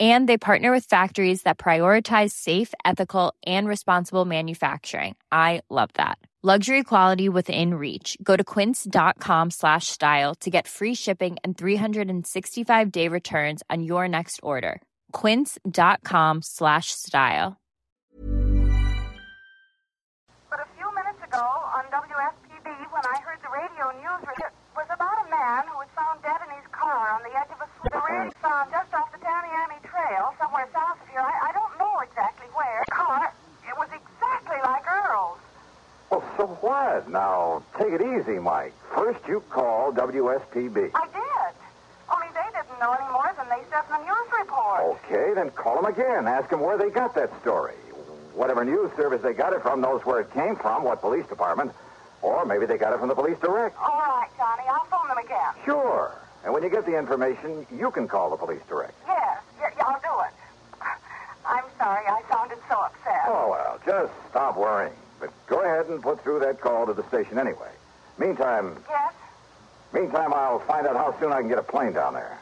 And they partner with factories that prioritize safe, ethical, and responsible manufacturing. I love that. Luxury quality within reach. Go to quince.com slash style to get free shipping and 365 day returns on your next order. Quince.com slash style. But a few minutes ago on WSPB, when I heard the radio news, it was about a man who was found dead in his car on the edge of a slough. The radio found just off the Taniami Trail, somewhere south of here. I, I don't know exactly where. Car, it was exactly like Earl's. Well, so what? Now, take it easy, Mike. First, you call WSPB. I did. Only they didn't know any more than they said in the news report. Okay, then call them again. Ask them where they got that story. Whatever news service they got it from knows where it came from, what police department. Or maybe they got it from the police direct. All right, Johnny, I'll phone them again. Sure. And when you get the information, you can call the police direct. Yes, y- y- I'll do it. I'm sorry, I sounded so upset. Oh, well, just stop worrying. But go ahead and put through that call to the station anyway. Meantime, Yes? meantime, I'll find out how soon I can get a plane down there.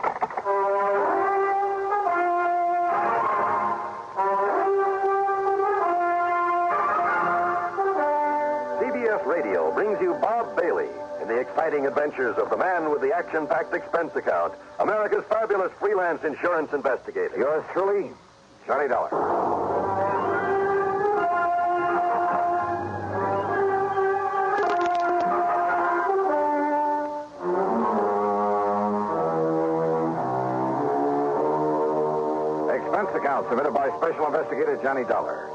CBS Radio brings you Bob Bailey in the exciting adventures of the man with the action-packed expense account, America's fabulous freelance insurance investigator. Yours truly, Johnny Dollar. Expense account submitted by Special Investigator Johnny Dollar.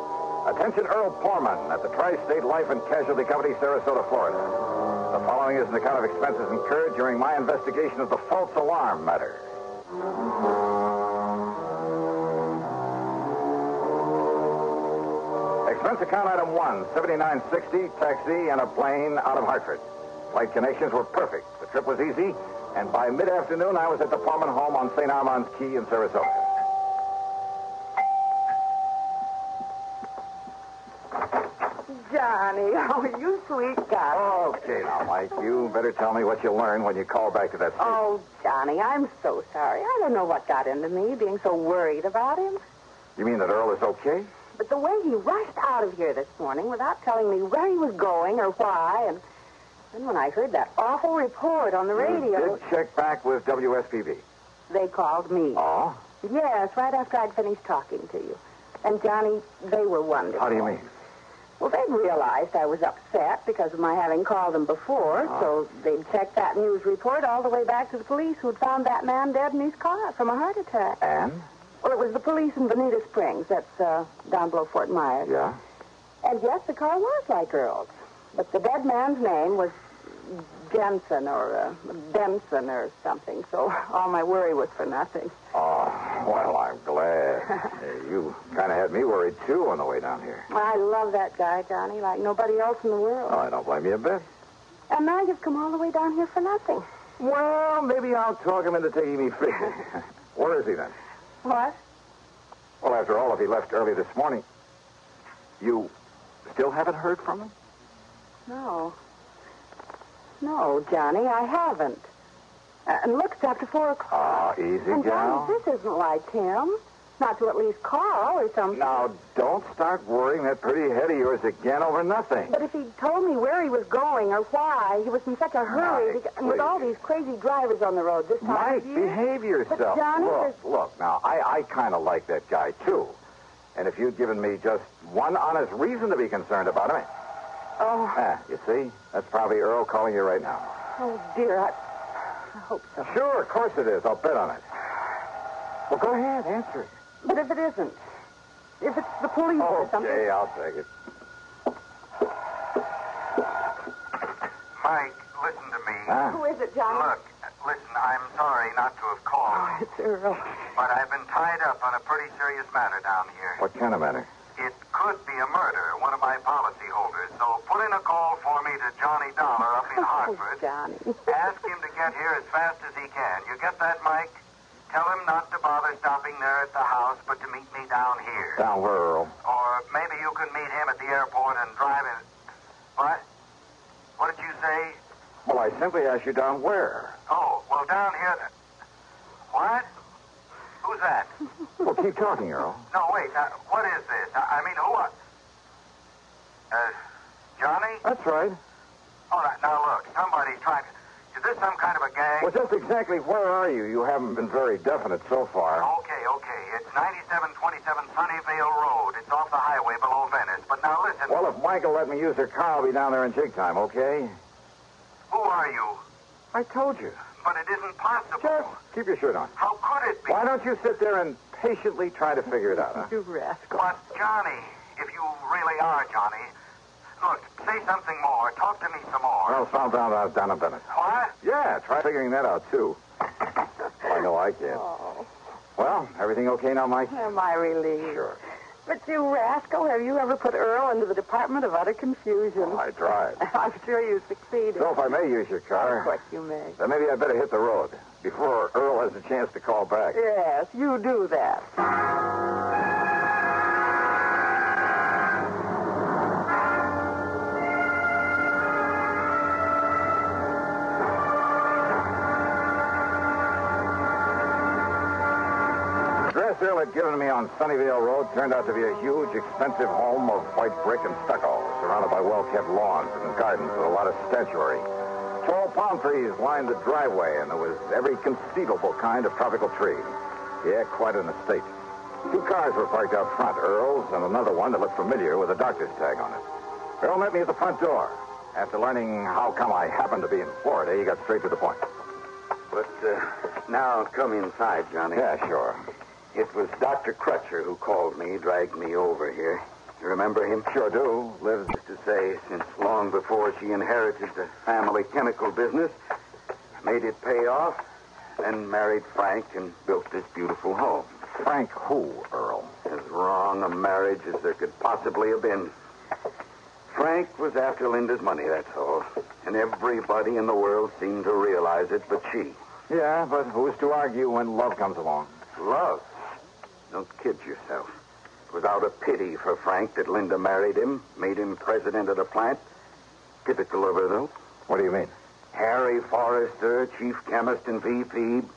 Attention Earl Poorman at the Tri-State Life and Casualty Company, Sarasota, Florida. The following is an account of expenses incurred during my investigation of the false alarm matter. Expense account item one, 7960, taxi and a plane out of Hartford. Flight connections were perfect. The trip was easy, and by mid-afternoon, I was at the Pullman home on St. Armand's Key in Sarasota. Johnny, oh, you sweet guy. Okay, now, Mike, you better tell me what you learned when you call back to that station. Oh, Johnny, I'm so sorry. I don't know what got into me being so worried about him. You mean that Earl is okay? But the way he rushed out of here this morning without telling me where he was going or why, and then when I heard that awful report on the You radio, Mm, did check back with WSPB. they called me. Oh? Yes, right after I'd finished talking to you. And, Johnny, they were wonderful. How do you mean? Well, they'd realized I was upset because of my having called them before, Oh. so they'd checked that news report all the way back to the police who'd found that man dead in his car from a heart attack. And? Well, it was the police in Bonita Springs. That's uh, down below Fort Myers. Yeah? And yes, the car was like Earl's. But the dead man's name was Jensen or uh, Benson or something, so all my worry was for nothing. Oh, well, I'm glad. Hey, you kind of had me worried, too, on the way down here. I love that guy, Johnny, like nobody else in the world. Oh, I don't blame you a bit. And now you've come all the way down here for nothing. Well, maybe I'll talk him into taking me free. Where is he, then? What? Well, after all, if he left early this morning, you still haven't heard from him? No. No, Johnny, I haven't. Uh, and look, it's after four o'clock. Ah, easy, and gal. Johnny, this isn't like him. Not to at least call or something. Now, don't start worrying that pretty head of yours again over nothing. But if he'd told me where he was going or why, he was in such a hurry. Mike, beca- and with please. all these crazy drivers on the road this time Mike, of year. behave yourself. But Johnny, look, there's- look, now, I, I kind of like that guy, too. And if you'd given me just one honest reason to be concerned about him. Oh, Ah, you see? That's probably Earl calling you right now. oh dear, I, I hope so. Sure, of course it is. I'll bet on it. Well, go ahead, answer it. But if it isn't, if it's the police or something, Okay, I'll take it. Mike, listen to me. who is it, Johnny? Look, listen, I'm sorry not to have called, It's Earl. but I've been tied up on a pretty serious matter down here. What kind of matter? It could be a murder, one of my policy holders, so put in a call for me to Johnny Dollar up in Hartford. Johnny. Ask him to get here as fast as he can. You get that, Mike? Tell him not to bother stopping there at the house, but to meet me down here. Down where, Earl? Or maybe you can meet him at the airport and drive in. What? What did you say? Well, I simply asked you down where. Oh, well, down here. th- What? Who's that? Well, keep talking, Earl. No, wait. Uh, what is this? I, I mean, who? Are... Uh, Johnny? That's right. All right, now look. Somebody's trying to. Is this some kind of a gang? Well, just exactly where are you? You haven't been very definite so far. Okay, okay. It's 9727 Sunnyvale Road. It's off the highway below Venice. But now listen. Well, if Michael let me use her car, I'll be down there in jig time, okay? Who are you? I told you. But it isn't possible. Just keep your shirt on. How could it be? Why don't you sit there and patiently try to figure it out, huh? You rascal. But, Johnny, if you really are Johnny, look, say something more. Talk to me some more. Well, found out down in Venice. What? Yeah, try figuring that out, too. Well, I know I can't. Well, everything okay now, Mike? Am I relieved? Sure. But you rascal, have you ever put Earl into the Department of Utter Confusion? Oh, I tried. I'm sure you succeeded. So if I may use your Of car, course you may. then maybe I'd better hit the road before Earl has a chance to call back. Yes, you do that. dress Earl had given me on Sunnyvale Road turned out to be a huge, expensive home of white brick and stucco, surrounded by well-kept lawns and gardens with a lot of statuary. Tall palm trees lined the driveway, and there was every conceivable kind of tropical tree. Yeah, quite an estate. Two cars were parked out front, Earl's and another one that looked familiar with a doctor's tag on it. Earl met me at the front door. After learning how come I happened to be in Florida, he got straight to the point. But uh, now come inside, Johnny. Yeah, sure. It was Dr. Crutcher who called me, dragged me over here. You remember him? Sure do. Lives to say, since long before she inherited the family chemical business, made it pay off, then married Frank and built this beautiful home. Frank who, Earl? As wrong a marriage as there could possibly have been. Frank was after Linda's money, that's all. And everybody in the world seemed to realize it but she. Yeah, but who's to argue when love comes along? Love? Don't kid yourself. It was out of pity for Frank that Linda married him, made him president of the plant. Typical of her, though. What do you mean? Harry Forrester, chief chemist and VP,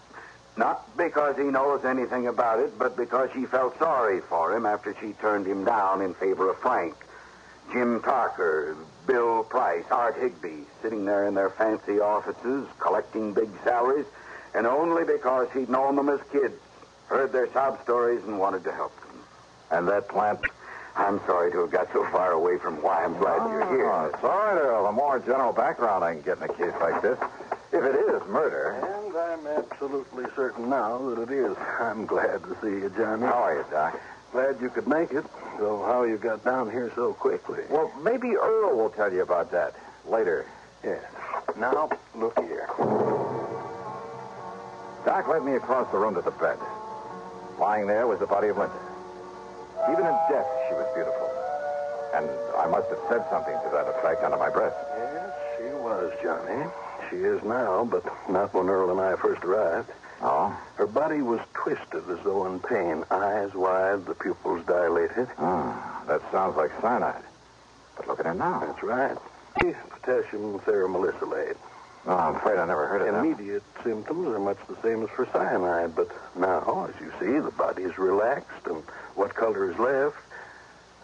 not because he knows anything about it, but because she felt sorry for him after she turned him down in favor of Frank. Jim Parker, Bill Price, Art Higby, sitting there in their fancy offices, collecting big salaries, and only because he'd known them as kids, heard their sob stories, and wanted to help them. And that plant? I'm sorry to have got so far away from why I'm glad you're here. Oh, it's all right, Earl. The more general background I can get in a case like this, if it is murder. And I'm absolutely certain now that it is. I'm glad to see you, Johnny. How are you, Doc? Glad you could make it, though how you got down here so quickly. Well, maybe Earl will tell you about that later. Yes. Now, look here. Doc led me across the room to the bed. Lying there was the body of Linda. Even in death, she was beautiful. And I must have said something to that effect under my breath. Yes, she was, Johnny. She is now, but not when Earl and I first arrived. Oh? Her body was twisted as though in pain, eyes wide, the pupils dilated. Ah, that sounds like cyanide. But look at her now. That's right. Potassium thermolysilate. Oh, I'm afraid I never heard of that. Immediate symptoms are much the same as for cyanide, but now, as you see, the body's relaxed, and what color is left?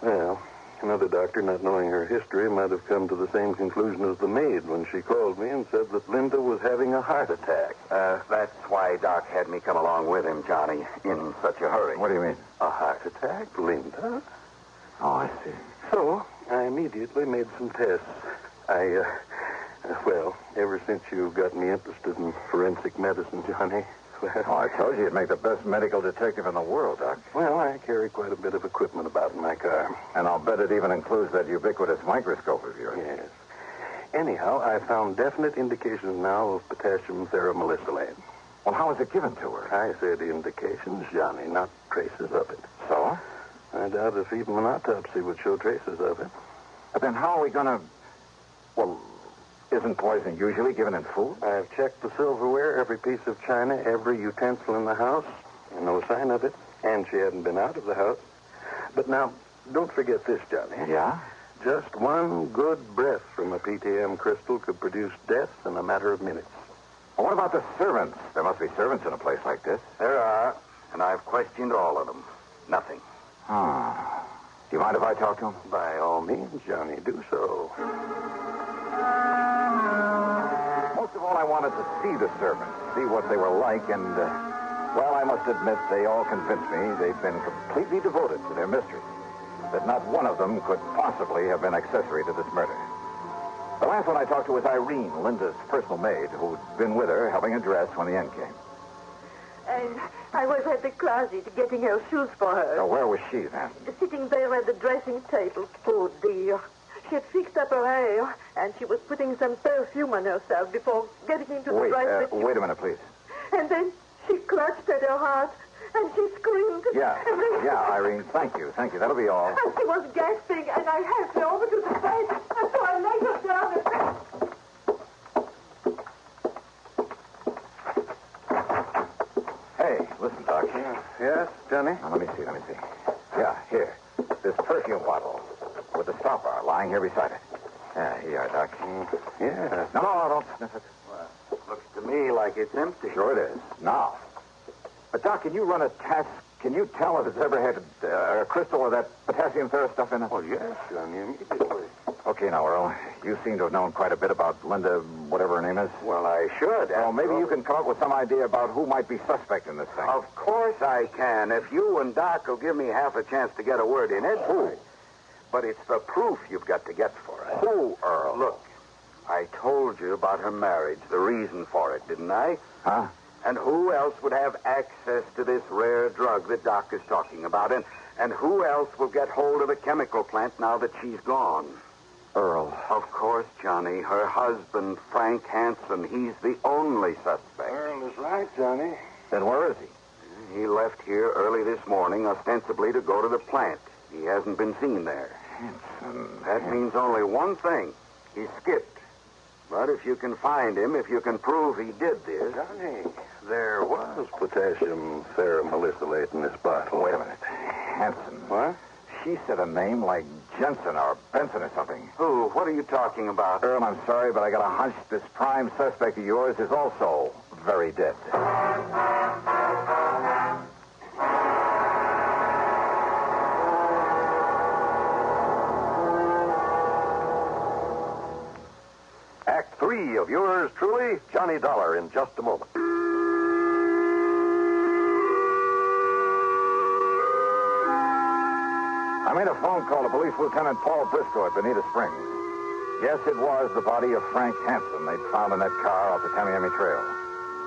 Well, another doctor, not knowing her history, might have come to the same conclusion as the maid when she called me and said that Linda was having a heart attack. Uh, that's why Doc had me come along with him, Johnny, in such a hurry. Uh-huh. What do you mean? A heart attack, Linda? Oh, I see. So I immediately made some tests. I, uh, well, ever since you got me interested in forensic medicine, Johnny, Oh, well, I told you you'd make the best medical detective in the world, Doc. well, I carry quite a bit of equipment about in my car. And I'll bet it even includes that ubiquitous microscope of yours. Yes. Anyhow, I found definite indications now of potassium theramolysilane. Well, how was it given to her? I said indications, Johnny, not traces of it. So? I doubt if even an autopsy would show traces of it. But then how are we going to... Well, isn't poison usually given in food? Uh, I've checked the silverware, every piece of china, every utensil in the house. No sign of it. And she hadn't been out of the house. But now, don't forget this, Johnny. Yeah? Just one good breath from a PTM crystal could produce death in a matter of minutes. Well, what about the servants? There must be servants in a place like this. There are, and I've questioned all of them. Nothing. Ah. Do you mind if I talk to them? By all means, Johnny, do so. Most of all, I wanted to see the servants, see what they were like, and, uh, well, I must admit, they all convinced me they've been completely devoted to their mistress, that not one of them could possibly have been accessory to this murder. The last one I talked to was Irene, Linda's personal maid, who'd been with her helping her dress when the end came. And I was at the closet getting her shoes for her. Now, where was she then? Sitting there at the dressing table, poor dear. She had fixed up her hair, and she was putting some perfume on herself before getting into the Wait, uh, dressing. wait a minute, please. And then she clutched at her heart, and she screamed. Yeah, And then- yeah, Irene, thank you, thank you. That'll be all. And she was gasping, and I helped her over to the bed, and so I laid her down and... Hey, listen, Doc. Yes, Johnny? Now, let me see, let me see. Yeah, here. This perfume bottle with the stopper lying here beside it. Yeah, here you are, Doc. Yeah. No, no, no, don't sniff it. Looks to me like it's empty. Sure it is. Now. But, Doc, can you run a test? Can you tell if it's ever had uh, a crystal or that potassium ferrous stuff in it? Oh, Well, yes, Johnny, immediately. Okay, now, Earl. You seem to have known quite a bit about Linda, whatever her name is. Well, I should. Well, after maybe all. you can come up with some idea about who might be suspect in this thing. Of course I can, if you and Doc will give me half a chance to get a word in it. Who? But it's the proof you've got to get for us. Who, Earl? Look, I told you about her marriage, the reason for it, didn't I? Huh? And who else would have access to this rare drug that Doc is talking about? And, and who else will get hold of the chemical plant now that she's gone? Earl. Of course, Johnny. Her husband, Frank Hanson, he's the only suspect. Earl is right, Johnny. Then where is he? He left here early this morning, ostensibly to go to the plant. He hasn't been seen there. That means only one thing. He skipped. But if you can find him, if you can prove he did this. Johnny, there was potassium theramolysilate in this bottle. Wait a minute. Hanson. What? She said a name like Jensen or Benson or something. Who? What are you talking about? Earl, I'm sorry, but I got a hunch this prime suspect of yours is also very dead. Act three of yours truly, Johnny Dollar, in just a moment. I made a phone call to Police Lieutenant Paul Briscoe at Bonita Springs. Yes, it was the body of Frank Hanson they'd found in that car off the Tamiami Trail.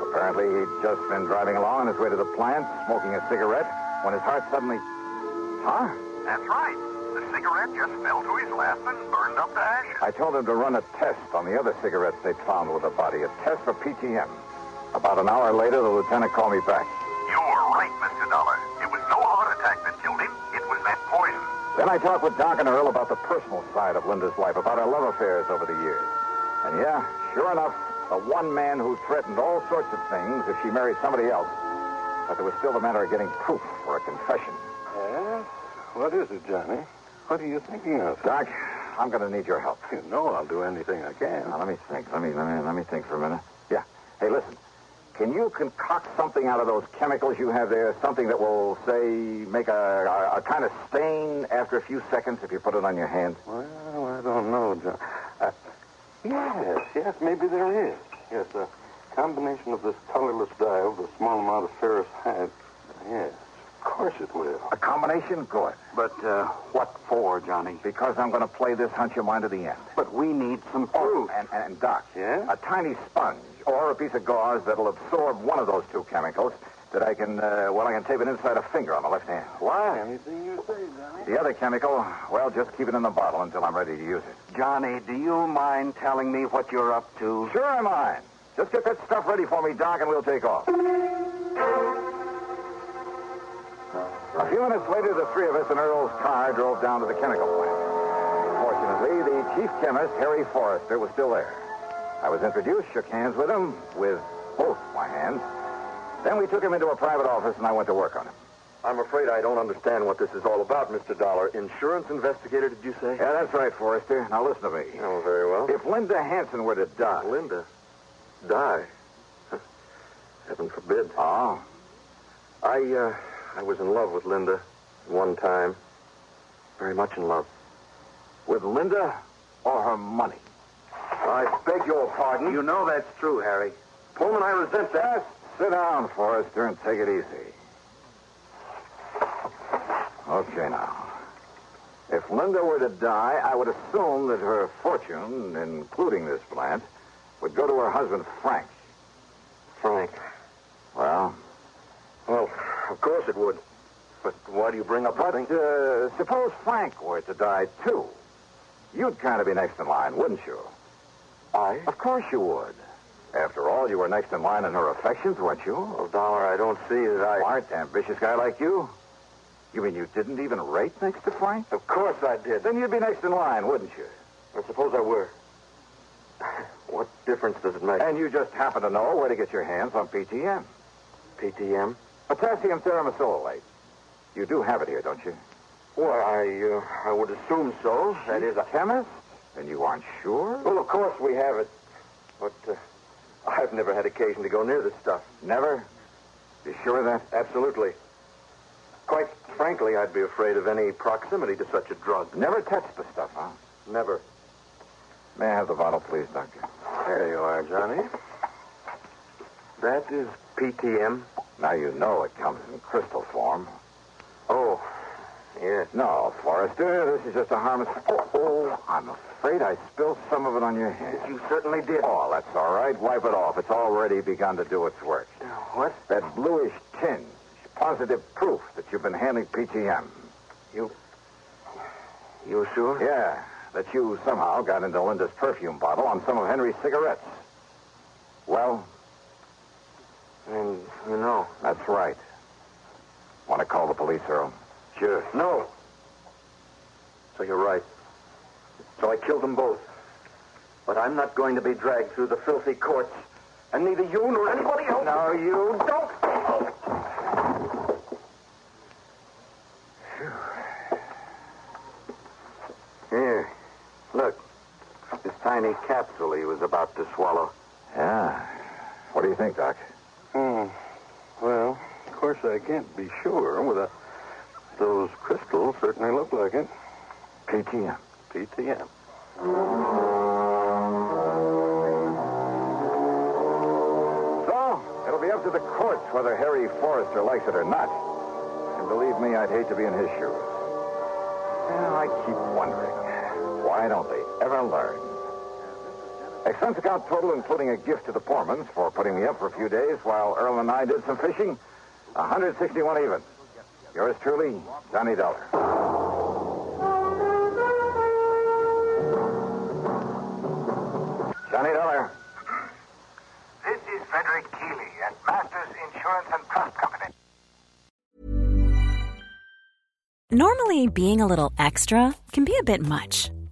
Apparently, he'd just been driving along on his way to the plant, smoking a cigarette, when his heart suddenly. Huh? That's right. The cigarette just fell to his lap and burned up to ashes. I told him to run a test on the other cigarettes they'd found with the body, a test for PTM. About an hour later, the lieutenant called me back. You're right, Mr. Dollar. It was no heart attack that killed him. It was that poison. Then I talked with Doc and Earl about the personal side of Linda's life, about her love affairs over the years. And yeah, sure enough, the one man who threatened all sorts of things if she married somebody else. But there was still the matter of getting proof for a confession. Yes? What is it, Johnny? What are you thinking of? Doc, I'm going to need your help. You know I'll do anything I can. Now, let me think. Let me, let me let me think for a minute. Yeah. Hey, listen. Can you concoct something out of those chemicals you have there? Something that will, say, make a, a, a kind of stain after a few seconds if you put it on your hand? Well, I don't know, John. Uh, yes, yes, maybe there is. Yes, a combination of this colorless dye with a small amount of ferrous hide. Yes, of course it will. A combination? Good. But uh, what for, Johnny? Because I'm going to play this hunch your mind to the end. Oh, But we need some proof. And, and, and Doc, Yeah? a tiny sponge or a piece of gauze that'll absorb one of those two chemicals that I can, uh, well, I can tape it inside a finger on the left hand. Why? Anything you say, Johnny. The other chemical, well, just keep it in the bottle until I'm ready to use it. Johnny, do you mind telling me what you're up to? Sure, I mind. Just get that stuff ready for me, Doc, and we'll take off. A few minutes later, the three of us in Earl's car drove down to the chemical plant. Fortunately, the chief chemist, Harry Forrester, was still there. I was introduced, shook hands with him, with both my hands. Then we took him into a private office, and I went to work on him. I'm afraid I don't understand what this is all about, Mr. Dollar. Insurance investigator, did you say? Yeah, that's right, Forrester. Now listen to me. Oh, very well. If Linda Hanson were to die. Linda, die. Heaven forbid. Oh, I, uh, I was in love with Linda one time. Very much in love. with Linda or her money? I beg your pardon. You know that's true, Harry. Pullman, I resent that. Sit down, Forrester, and take it easy. Okay, now. If Linda were to die, I would assume that her fortune, including this plant, would go to her husband, Frank. Frank. Well, Well, of course it would. But why do you bring up but the thing? uh, suppose Frank were to die, too. You'd kind of be next in line, wouldn't you? I? Of course you would. After all, you were next in line in her affections, weren't you? Well, Oh, Dollar, I don't see that I. Smart, ambitious guy like you. You mean you didn't even rate next to Frank? Of course I did. Then you'd be next in line, wouldn't you? And suppose I were. what difference does it make? And you just happen to know where to get your hands on PTM. PTM? Potassium theramosolate. You do have it here, don't you? Well, I, uh, I would assume so. That is, I... chemist? And you aren't sure? well, of course we have it. Oh, But uh, I've never had occasion to go near this stuff. Never? You sure of that? Absolutely. Quite frankly, I'd be afraid of any proximity to such a drug. Never touched the stuff, huh? Never. May I have the bottle, please, Doctor? There you are, Johnny. That is PTM. Now you know it comes in crystal form. Oh, yes. No, Forrester, this is just a harmless. Oh, oh, I'm afraid I spilled some of it on your hands. You certainly did. Oh, that's all right. Wipe it off. It's already begun to do its work. What? That bluish tinge, positive proof that you've been handling PTM. You. You sure? Yeah, that you somehow got into Linda's perfume bottle on some of Henry's cigarettes. Well, And you know. that's right. Want to call the police, Earl? Sure. No. So you're right. So I killed them both. But I'm not going to be dragged through the filthy courts. And neither you nor anybody else. No, you don't. Here. Look. This tiny capsule he was about to swallow. Yeah. What do you think, Doc? Hmm. Well, of course I can't be sure without those crystals certainly look like it. PTM. PTM. So, it'll be up to the courts whether Harry Forrester likes it or not. And believe me, I'd hate to be in his shoes. Well, I keep wondering, why don't they ever learn? Expense account total, including a gift to the Pormans for putting me up for a few days while Earl and I did some fishing, 161 even. Yours truly, Johnny Dollar. Johnny Dollar. This is Frederick Keeley at Masters Insurance and Trust Company. Normally, being a little extra can be a bit much,